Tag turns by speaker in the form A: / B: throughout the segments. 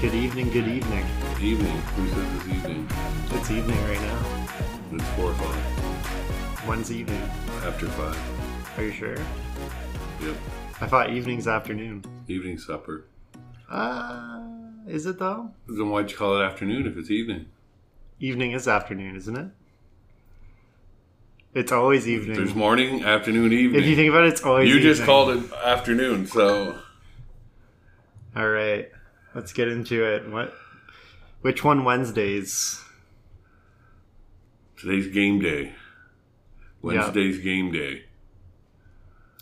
A: Good evening, good evening.
B: Evening. Who said this evening?
A: It's evening right now.
B: It's four o'clock.
A: When's evening?
B: After five.
A: Are you sure?
B: Yep.
A: I thought evening's afternoon.
B: Evening supper.
A: Uh, is it though?
B: Then why'd you call it afternoon if it's evening?
A: Evening is afternoon, isn't it? It's always evening.
B: There's morning, afternoon, evening.
A: if you think about it, it's always
B: You just
A: evening.
B: called it afternoon, so
A: All right, let's get into it. What? Which one Wednesdays?
B: today's game day. Wednesday's game day.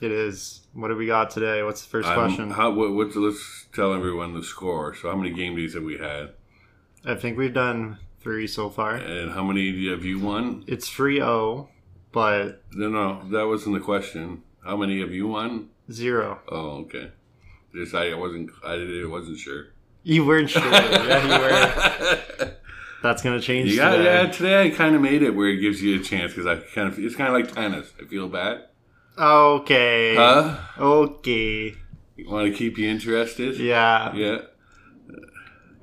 A: It is. What do we got today? What's the 1st
B: I'm-
A: question?
B: How, what, what's, let's tell everyone the score. So, how many game days have we had?
A: I think we've done three so far.
B: And how many have you won?
A: It's 3 0, but
B: No, no, that wasn't the question. How many have you won?
A: zero.
B: Oh, okay. Just I wasn't. I it wasn't sure.
A: You weren't sure. yeah, you were.
B: were.
A: That's going to change.
B: Yeah,
A: today.
B: yeah. Today I kind of made it where it gives you a chance because I kind of it's kind of like tennis. I feel bad.
A: Okay.
B: Huh?
A: Okay.
B: Want to keep you interested?
A: Yeah.
B: Yeah.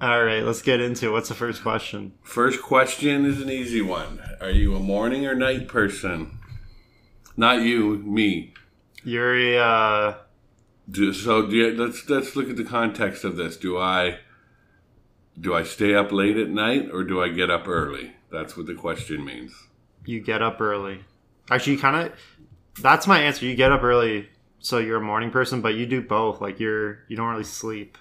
A: All right. Let's get into it. what's the first question.
B: First question is an easy one. Are you a morning or night person? Not you, me.
A: Yuri. Uh,
B: Do, so do you, let's let's look at the context of this. Do I do I stay up late at night or do I get up early? That's what the question means.
A: you get up early. Actually, you kind of. That's my answer. You get up early, so you're a morning person, but you do both. Like you're you don't really sleep.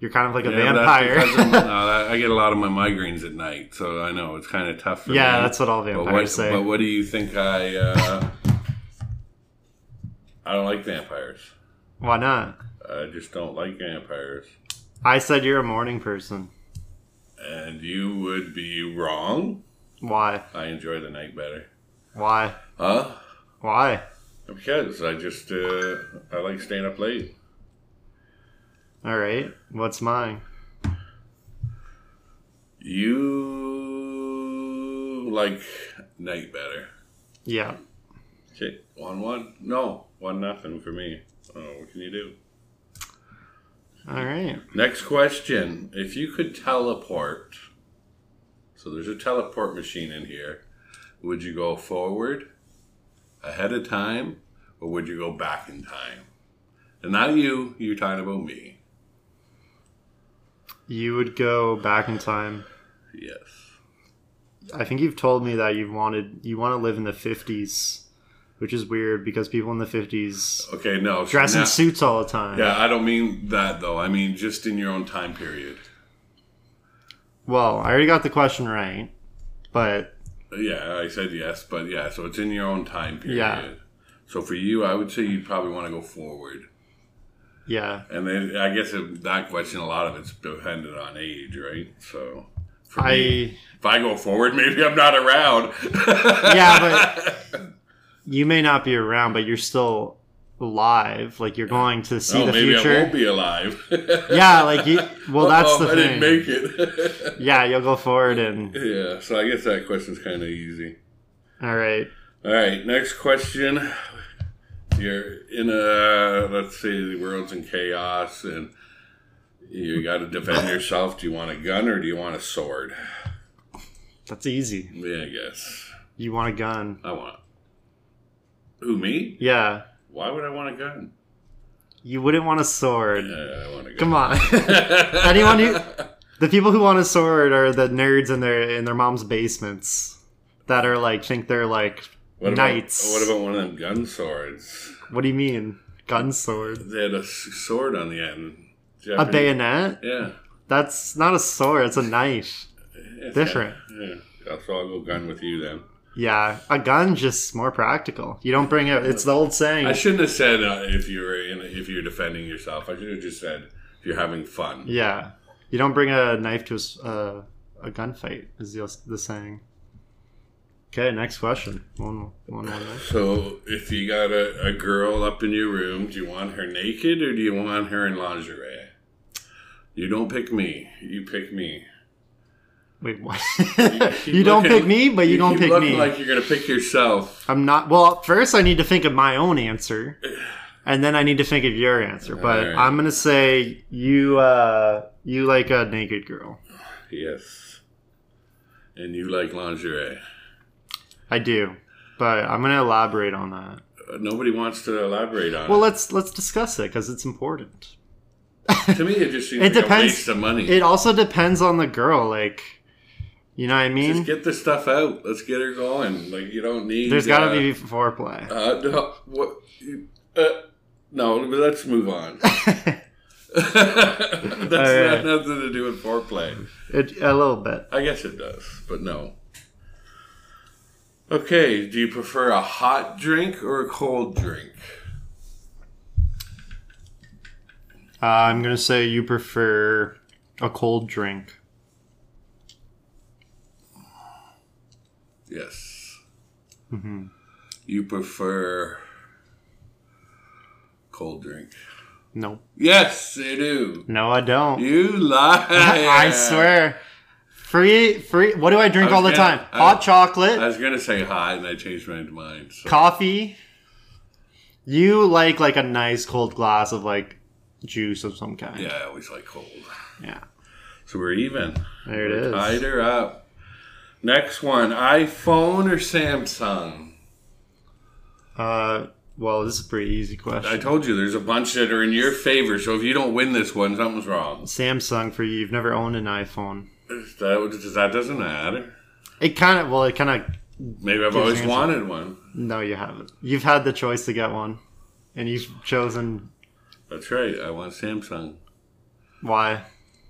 A: You're kind of like a
B: Yeah, that's because of-
A: vampire.
B: no, I I get a lot of my migraines at night, so I know it's kind of tough for me.
A: yeah, that's what all
B: But
A: vampires
B: what,
A: say.
B: but what do you think I? Uh, I don't like vampires.
A: Why not?
B: I just don't like vampires.
A: I said you're a morning person.
B: And you would be wrong.
A: Why?
B: I enjoy the night better.
A: Why?
B: Huh?
A: Why?
B: Because I just uh, I like staying up late.
A: All right. What's mine?
B: You like night better.
A: Yeah.
B: Okay, one one. No, one nothing for me. Oh, what can you do?
A: All right.
B: Next question. If you could teleport, so there's a teleport machine in here, would you go forward, ahead of time, or would you go back in time? And not you, you're talking about me.
A: You would go back in time.
B: Yes.
A: I think you've told me that you've wanted you want to live in the fifties, which is weird because people in the fifties
B: Okay, no. so
A: dress
B: now-
A: in suits all the time.
B: Yeah, I don't mean that though. I mean just in your own time period.
A: Well, I already got the question right, but
B: Yeah, I said yes, but yeah, so it's in your own time period.
A: Yeah.
B: So for you, I would say you'd probably want to go forward.
A: yeah,
B: And then I guess if that question, a lot of it's dependent on age, right? So for me,
A: I
B: if I go forward, maybe I'm not around.
A: yeah, but you may not be around, but you're still alive. Like you're going to see
B: oh,
A: the
B: maybe I won't
A: future.
B: be alive.
A: Yeah, like you. Well, that's
B: Uh-oh,
A: the
B: I
A: thing.
B: didn't make it.
A: yeah, you'll go forward and
B: yeah, so I guess that question's kind of easy.
A: all right.
B: All right, next question. You're in a let's say the world's in chaos and you got to defend yourself. Do you want a gun or do you want a sword?
A: That's easy.
B: Yeah, I guess
A: You want a gun?
B: I want. Who me?
A: Yeah,
B: Why would I want a gun?
A: you wouldn't want a sword.
B: Yeah, I want a gun.
A: Come on. Anyone who the people who want a sword are the nerds in their in their mom's basements that are like think they're like
B: What about,
A: Knights.
B: What about one of them gun swords?
A: what do you mean gun sword
B: They had a s- sword on the end.
A: a
B: Japanese-
A: bayonet
B: Yeah.
A: that's not a sword it's a knife
B: It's
A: Different.
B: kinda- yeah. So I'll go gun with you then.
A: yeah a gun just more practical you don't bring it it's the old
B: I
A: saying
B: shouldn't have said uh, if you were in, if you're defending yourself. I should have just said if you're having fun.
A: yeah you don't bring a knife to a, s- uh, a gunfight is the, the saying okay next question one one one more.
B: So if you got a, a girl up in your room, do you want her naked or do you want her in lingerie? You don't pick me. You pick me.
A: wait what
B: keep
A: you don't
B: looking-
A: pick me but you, don't
B: keep
A: pick
B: looking
A: me
B: Like you're gonna pick yourself.
A: I'm not. Well, first I need to think of my own answer, and then I need to think of your answer. But
B: Alright.
A: I'm gonna say you uh you like a naked girl.
B: Yes. And you like lingerie.
A: I do. But I'm gonna elaborate on that.
B: Uh, Nobody wants to elaborate on
A: Well, let's let's discuss it because it's important.
B: it. To me, it just seems
A: It
B: like a
A: depends.
B: waste of money.
A: It also depends on the girl, like you know what I
B: Just
A: mean.
B: get the stuff out. Let's get her going. Like you don't need.
A: There's got
B: uh,
A: to be foreplay.
B: Uh, no, what? Uh, no, let's move on. That's
A: Alright.
B: not nothing to do with foreplay.
A: It, a little bit.
B: I guess it does, but no. Okay, do you prefer a hot drink or a cold drink?
A: Uh, I'm gonna say you prefer a cold drink.
B: Yes.
A: hmm
B: You prefer cold drink.
A: No,
B: Yes, I do.
A: no, I don't.
B: You lie.
A: I swear. Free, free. What do I drink
B: I was
A: all the
B: gonna-
A: time?
B: I-
A: Hot chocolate,
B: I was gonna say hot, and I changed my mind. So.
A: coffee. You like like a nice cold glass of like juice of some kind.
B: Yeah, I always like cold.
A: Yeah.
B: So we're even.
A: There it is.
B: Tied her up. Next one, iPhone or Samsung?
A: Uh, well, this is a pretty easy question.
B: I told you there's a bunch that are in your favor, so if you don't win this one, something's wrong.
A: Samsung for you. You've never owned an iPhone.
B: That, that doesn't matter.
A: It kind of well, it kind of
B: Maybe I've
A: Give
B: always
A: Samsung.
B: wanted one.
A: no, you haven't. You've had the choice to get one, and you've chosen
B: That's right, I want Samsung
A: why.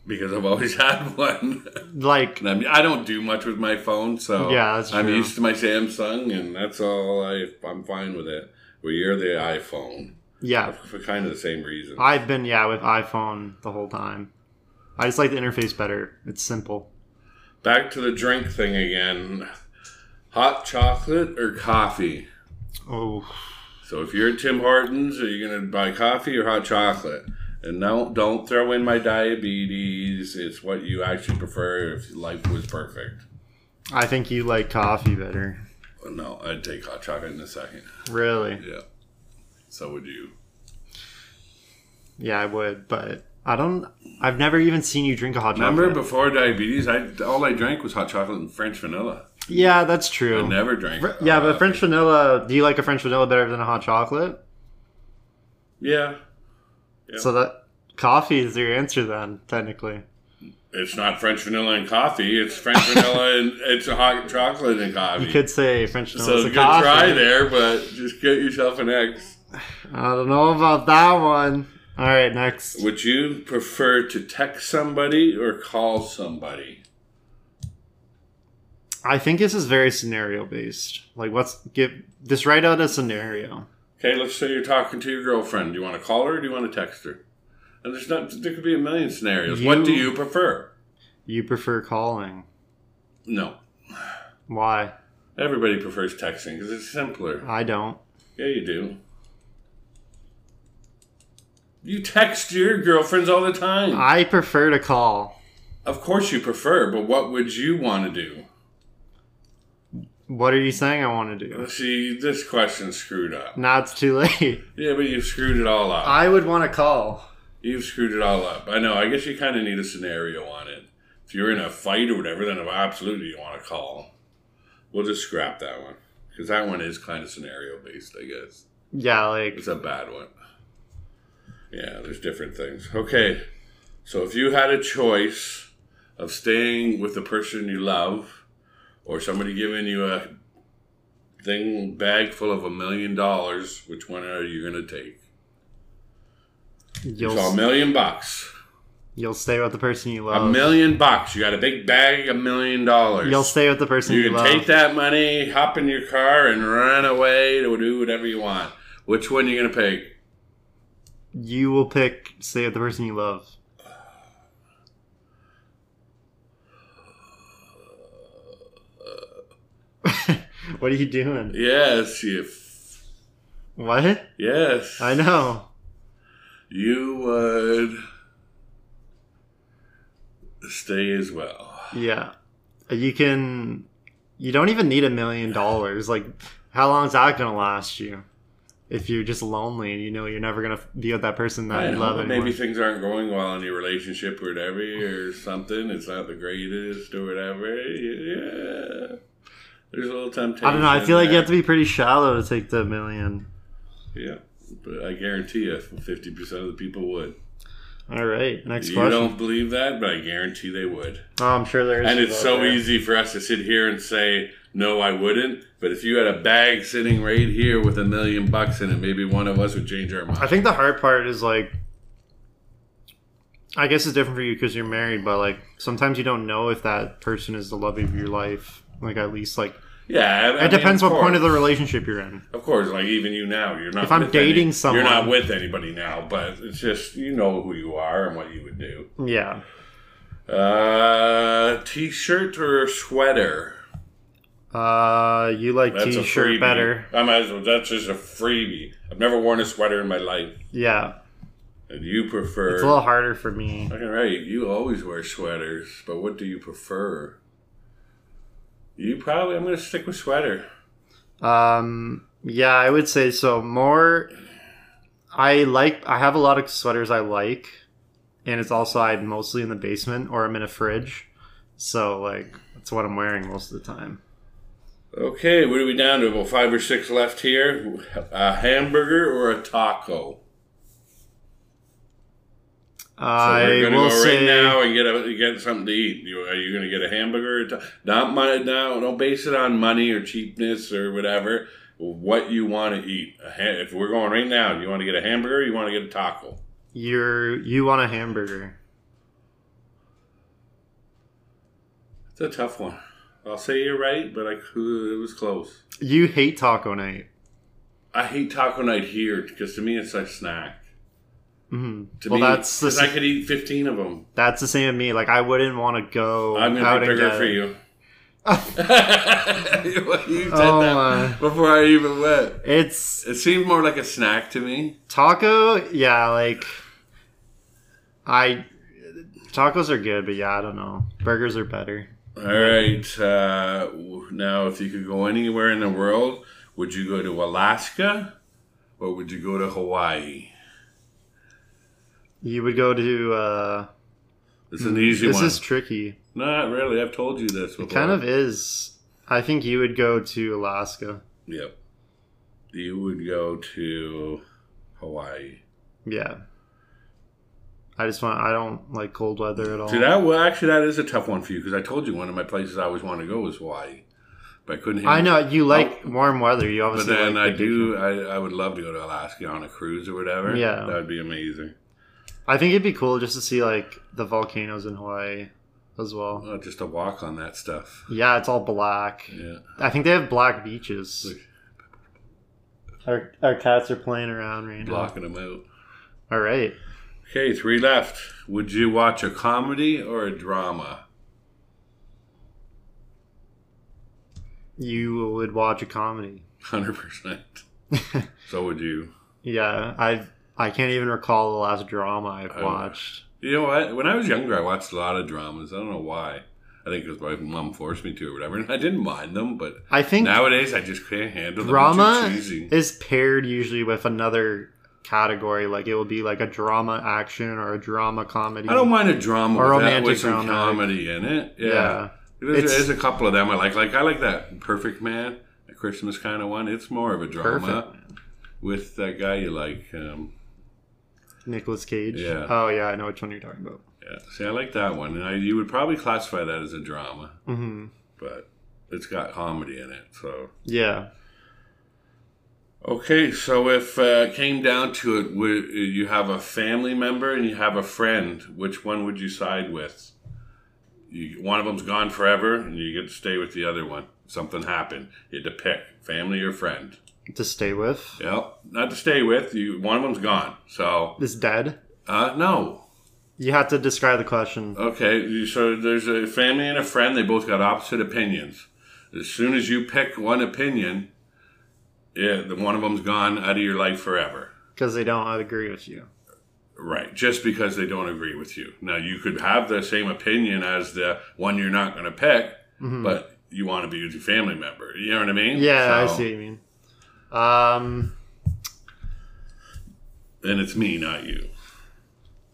B: because I've always had one.
A: Like
B: and I'm, I don't do much with my phone, so
A: Yeah, that's
B: I'm
A: true.
B: used to my Samsung, and that's all I, I'm fine with it. Well, you're the iPhone
A: yeah,
B: for kind of the same reason.
A: I've been yeah with iPhone the whole time. I just like the interface better. It's simple.
B: Back to the drink thing again. Hot chocolate or coffee?
A: Oh,
B: So if you're at Tim Hortons, are you going to buy coffee or hot chocolate? And no, don't throw in my diabetes. It's what you actually prefer if life was perfect.
A: I think you like coffee better.
B: No, I'd take hot chocolate in a second.
A: Really?
B: Yeah. So would you.
A: Yeah, I would, but I don't. I've never even seen you drink a hot chocolate.
B: Remember before diabetes, I all I drank was hot chocolate and French vanilla.
A: yeah, that's
B: I
A: true.
B: never drank.
A: Fr- yeah,
B: uh,
A: but French vanilla. Do you like a French vanilla better than a hot chocolate?
B: Yeah, Yeah.
A: So that coffee is your answer then, technically.
B: it's not French vanilla and coffee. It's French vanilla and it's a hot chocolate and coffee.
A: You could say French vanilla.
B: So
A: is a
B: good
A: coffee.
B: try there, but just get yourself an X.
A: I don't know about that one. All right, next.
B: Would you prefer to text somebody or call somebody?
A: I think this is very scenario based. Like, what's give this write out a scenario?
B: Okay, let's say you're talking to your girlfriend. Do you want to call her or do you want to text her? And there's not there could be a million scenarios. What do
A: You-
B: you prefer?
A: You prefer calling?
B: No.
A: Why?
B: Everybody prefers texting because it's simpler.
A: I don't.
B: Yeah, you do. You text your girlfriends all the time.
A: I prefer to call.
B: of course you prefer, but what would you want to do?
A: What are you saying? I want to do.
B: See, this question's screwed up.
A: Now it's too late.
B: Yeah, but you've screwed it all up.
A: I would want to call.
B: You've screwed it all up. I know. I guess you kind of need a scenario on it. If you're in a fight or whatever, then absolutely you want to call. We'll just scrap that one because that one is kind of scenario based. I guess
A: Yeah, like
B: it's a bad one. Yeah, there's different things. Okay, so if you had a choice of staying with the person you love, or somebody giving you a thing bag full of a million dollars, which one are you gonna take?
A: you'll
B: so a million bucks.
A: you'll stay with the person you
B: A
A: love.
B: million bucks. You got a big bag, a million dollars.
A: You'll stay with the person you,
B: You can
A: love.
B: take that money, hop in your car, and run away to do whatever you want. Which one you going to pick?
A: You will pick stay with the person you love. what are you doing?
B: Yes, you. F-
A: What?
B: yes.
A: I know.
B: You would stay as well.
A: Yeah. You can you don't even need a million dollars. Like how long is that gonna last you? if you're just lonely and you know you're never gonna be with that person that
B: I
A: you
B: know,
A: love
B: but
A: anymore.
B: maybe things aren't going well in your relationship or whatever, or something. It's not the greatest or whatever. Yeah, there's a little temptation.
A: I don't know. I feel like you
B: there.
A: have to be pretty shallow to take the million.
B: Yeah, but I guarantee you, fifty percent of the people would.
A: All right, next
B: you
A: question.
B: don't believe that, but I guarantee they would.
A: Oh, I'm sure there is.
B: And it's
A: people out
B: so
A: there.
B: easy for us to sit here and say, no, I wouldn't. But if you had a bag sitting right here with a million bucks in it, maybe one of us would change our mind.
A: I think the hard part is like, I guess it's different for you because you're married, but like sometimes you don't know if that person is the love of your life. Like at least like
B: yeah, I- I
A: it
B: mean,
A: depends
B: of
A: what point
B: course.
A: of the relationship you're in.
B: Of course, like even you now, you're not.
A: If I'm
B: with any-
A: dating someone-
B: you're not with anybody now. But it's just you know who you are and what you would do.
A: Yeah,
B: Uh, t-shirt or sweater?
A: uh, you like t-shirt
B: freebie.
A: better.
B: I might as well. That's just a freebie. I've never worn a sweater in my life,
A: Yeah,
B: and you prefer.
A: it's a little harder for me.
B: Fucking right. You always wear sweaters, but what do you prefer? You probably. I'm gonna stick with sweater.
A: Um, yeah, I would say so. More, I like. I have a lot of sweaters I like, and it's also I'm mostly in the basement or I'm in a fridge, so like that's what I'm wearing most of the time.
B: Okay, what are we down to? About five or six left here. A hamburger or a taco? So
A: I
B: we're gonna
A: will
B: go
A: say
B: right now and get a, get something to eat. You, are you gonna get a hamburger? Or ta- not money. Now, don't base it on money or cheapness or whatever. What you want to eat? A ha- if we're going right now, you want to get a hamburger? Or you want to get a taco?
A: you're you want a hamburger.
B: It's a tough one. I'll say you're right, but I could, it was close.
A: You hate taco night.
B: I hate taco night here because to me it's like snack.
A: hmm
B: To
A: Well,
B: me,
A: that's the
B: 'cause I could eat fifteen of them.
A: That's the same as me. Like I wouldn't want to go
B: I'm gonna
A: out
B: be
A: and
B: bigger
A: get
B: for
A: it.
B: you. you said
A: Oh
B: that
A: my.
B: before I even went.
A: It's
B: It seemed more like a snack to me.
A: taco. Yeah, like I tacos are good, but yeah, I don't know. Burgers are better.
B: All right. Uh, w- now, if you could go anywhere in the world, would you go to Alaska or would you go to Hawaii?
A: You would go to. uh
B: It's an easy
A: Hmm. This
B: one.
A: is tricky.
B: Not really. I've told you this before.
A: It kind of is. I think you would go to Alaska.
B: Yep. You would go to Hawaii.
A: Yeah. I just want. I don't like cold weather at all.
B: See, that, well, actually, that is a tough one for you because I told you one of my places I always want to go is Hawaii. But I couldn't
A: I know you like
B: Oh.
A: warm weather. You
B: But
A: obviously.
B: then
A: like
B: I do. I, I would love to go to Alaska on a cruise or whatever.
A: Yeah.
B: that would be amazing.
A: I think it'd be cool just to see like the volcanoes in Hawaii as well.
B: Oh, just a walk on that stuff.
A: Yeah, it's all black.
B: Yeah.
A: I think they have black beaches. Our, our cats are playing around right now.
B: blocking them out.
A: All right.
B: Okay, three left. Would you watch a comedy or a drama?
A: You would watch a comedy.
B: Hundred percent. So would you.
A: yeah, I I can't even recall the last drama I've
B: I-
A: watched.
B: You know what? When I was younger, I watched a lot of dramas. I don't know why. I think because my mom forced me to or whatever, and I didn't mind them. But
A: I think
B: nowadays, I just can't handle them. They're
A: drama
B: too cheesy.
A: is paired usually with another category. Like it will be like a drama action or a drama comedy.
B: I don't mind a
A: A
B: drama with that-
A: romantic
B: with some
A: drama.
B: comedy in it. yeah.
A: yeah.
B: There's,
A: It's-
B: there's a couple of them I like. Like I like that Perfect Man, a Christmas kind of one. It's more of a drama
A: Perfect.
B: with that guy you like. Um,
A: Nicholas Cage.
B: Yeah.
A: Oh yeah, I know which one you're talking about.
B: yeah, see, I like that one, and I, you would probably classify that as a drama,
A: hmm
B: but it's got comedy in it. So
A: Yeah.
B: okay, so if uh, it came down to it, would, you have a family member and you have a friend. Which one would you side with? You, one of them's gone forever, and you get to stay with the other one. Something happened. You had to pick family or friend.
A: To stay with.
B: Yep, not to stay with you. One of them's gone. So,
A: Is dead.
B: uh, no.
A: You have to describe the question.
B: Okay, you- so there's a family and a friend. They both got opposite opinions. As soon as you pick one opinion, yeah, the one of them's gone out of your life forever.
A: because they don't agree with you.
B: Right, just because they don't agree with you. Now you could have the same opinion as the one you're not going to pick,
A: Mhm.
B: but you want to be with your family member. You know what I mean?
A: yeah, I
B: So,
A: see what you mean. Um,
B: And it's me, not you.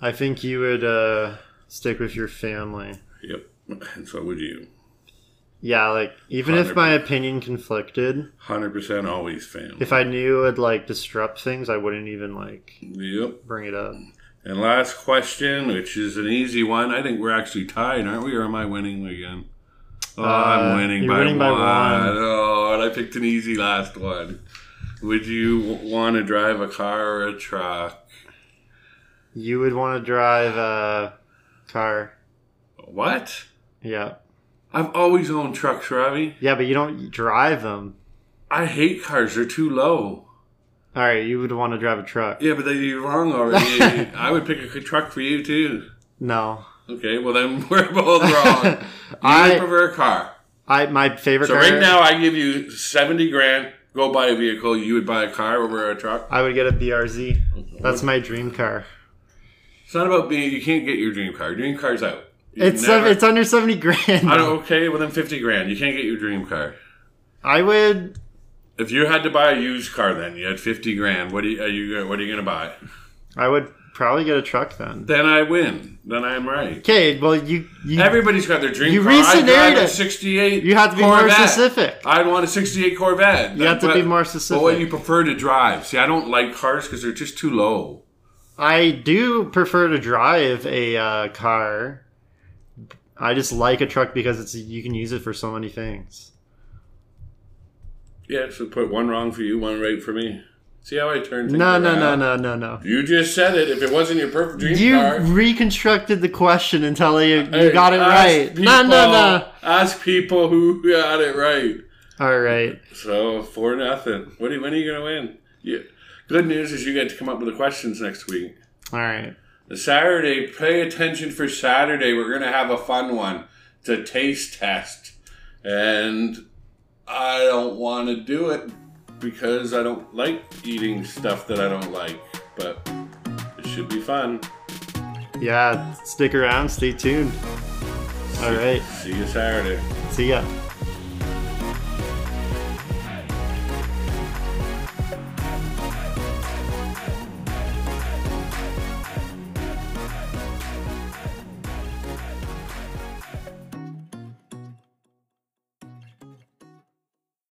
A: I think you would uh, stick with your family.
B: Yep. And so would you.
A: Yeah, like even if my opinion conflicted,
B: 100% always family.
A: if I knew it'd like disrupt things, I wouldn't even like
B: Yep.
A: bring it up.
B: And last question, which is an easy one. I think we're actually tied, aren't we? Or am I winning again? Oh,
A: Uh,
B: I'm winning,
A: you're
B: by,
A: winning
B: one.
A: by one.
B: Oh, and I picked an easy last one. Would you w- want to drive a car or a truck?
A: You would want to drive a car.
B: What?
A: Yeah.
B: I've always owned trucks, Robbie.
A: Yeah, but you don't drive them.
B: I hate cars. They're too low.
A: All right, you would want to drive a truck.
B: Yeah, but then you're wrong already. I would pick a truck for you, too.
A: No.
B: Okay, well, then we're both wrong. I
A: I
B: prefer a car.
A: I my favorite
B: So
A: car
B: right now, I give you seventy grand. Go buy a vehicle. You would buy a car over a truck.
A: I would get a BRZ. That's my dream car.
B: It's not about being. You can't get your dream car. Your dream car's out. You
A: It's
B: never-
A: sev it's under 70 grand.
B: I
A: I,
B: don't. Okay, well then fifty grand. You can't get your dream car.
A: would
B: If you had to buy a used car, then you had fifty grand. What do you? Are you? gonna- What are you going to buy?
A: I would probably get a truck then.
B: Then I win. Then I'm right.
A: Okay, well you you,
B: Everybody's got their dream
A: You
B: car. I
A: re-scenarioed
B: drive a
A: it.
B: '68.
A: you have to be more
B: Corvette.
A: specific.
B: I want a '68 Corvette.
A: You have to
B: But-
A: be more
B: But what you
A: specific.
B: prefer to drive? See, I don't like cars because they're just too low.
A: I do prefer to drive a uh, car. I just like a truck because it's you can use it for so many things.
B: Yeah, so put one wrong for you, one right for me. See how I turned things
A: No, no, no,
B: around?
A: no, no, no.
B: You just said it. If it wasn't your perfect dream
A: You
B: car,
A: reconstructed the question until you, you
B: Hey,
A: got it
B: ask
A: right. no, no, no.
B: people- Ask people who got it right.
A: All right.
B: So four nothing. What are you, when are you gonna win? You, good news is you get to come up with the questions next week.
A: All right.
B: The Saturday, pay attention for Saturday. We're gonna have a fun one. It's a taste test, and I don't want to do it because I don't like eating stuff that I don't like. But it should be fun.
A: Yeah, stick around. Stay tuned. All right.
B: See you Saturday.
A: See ya.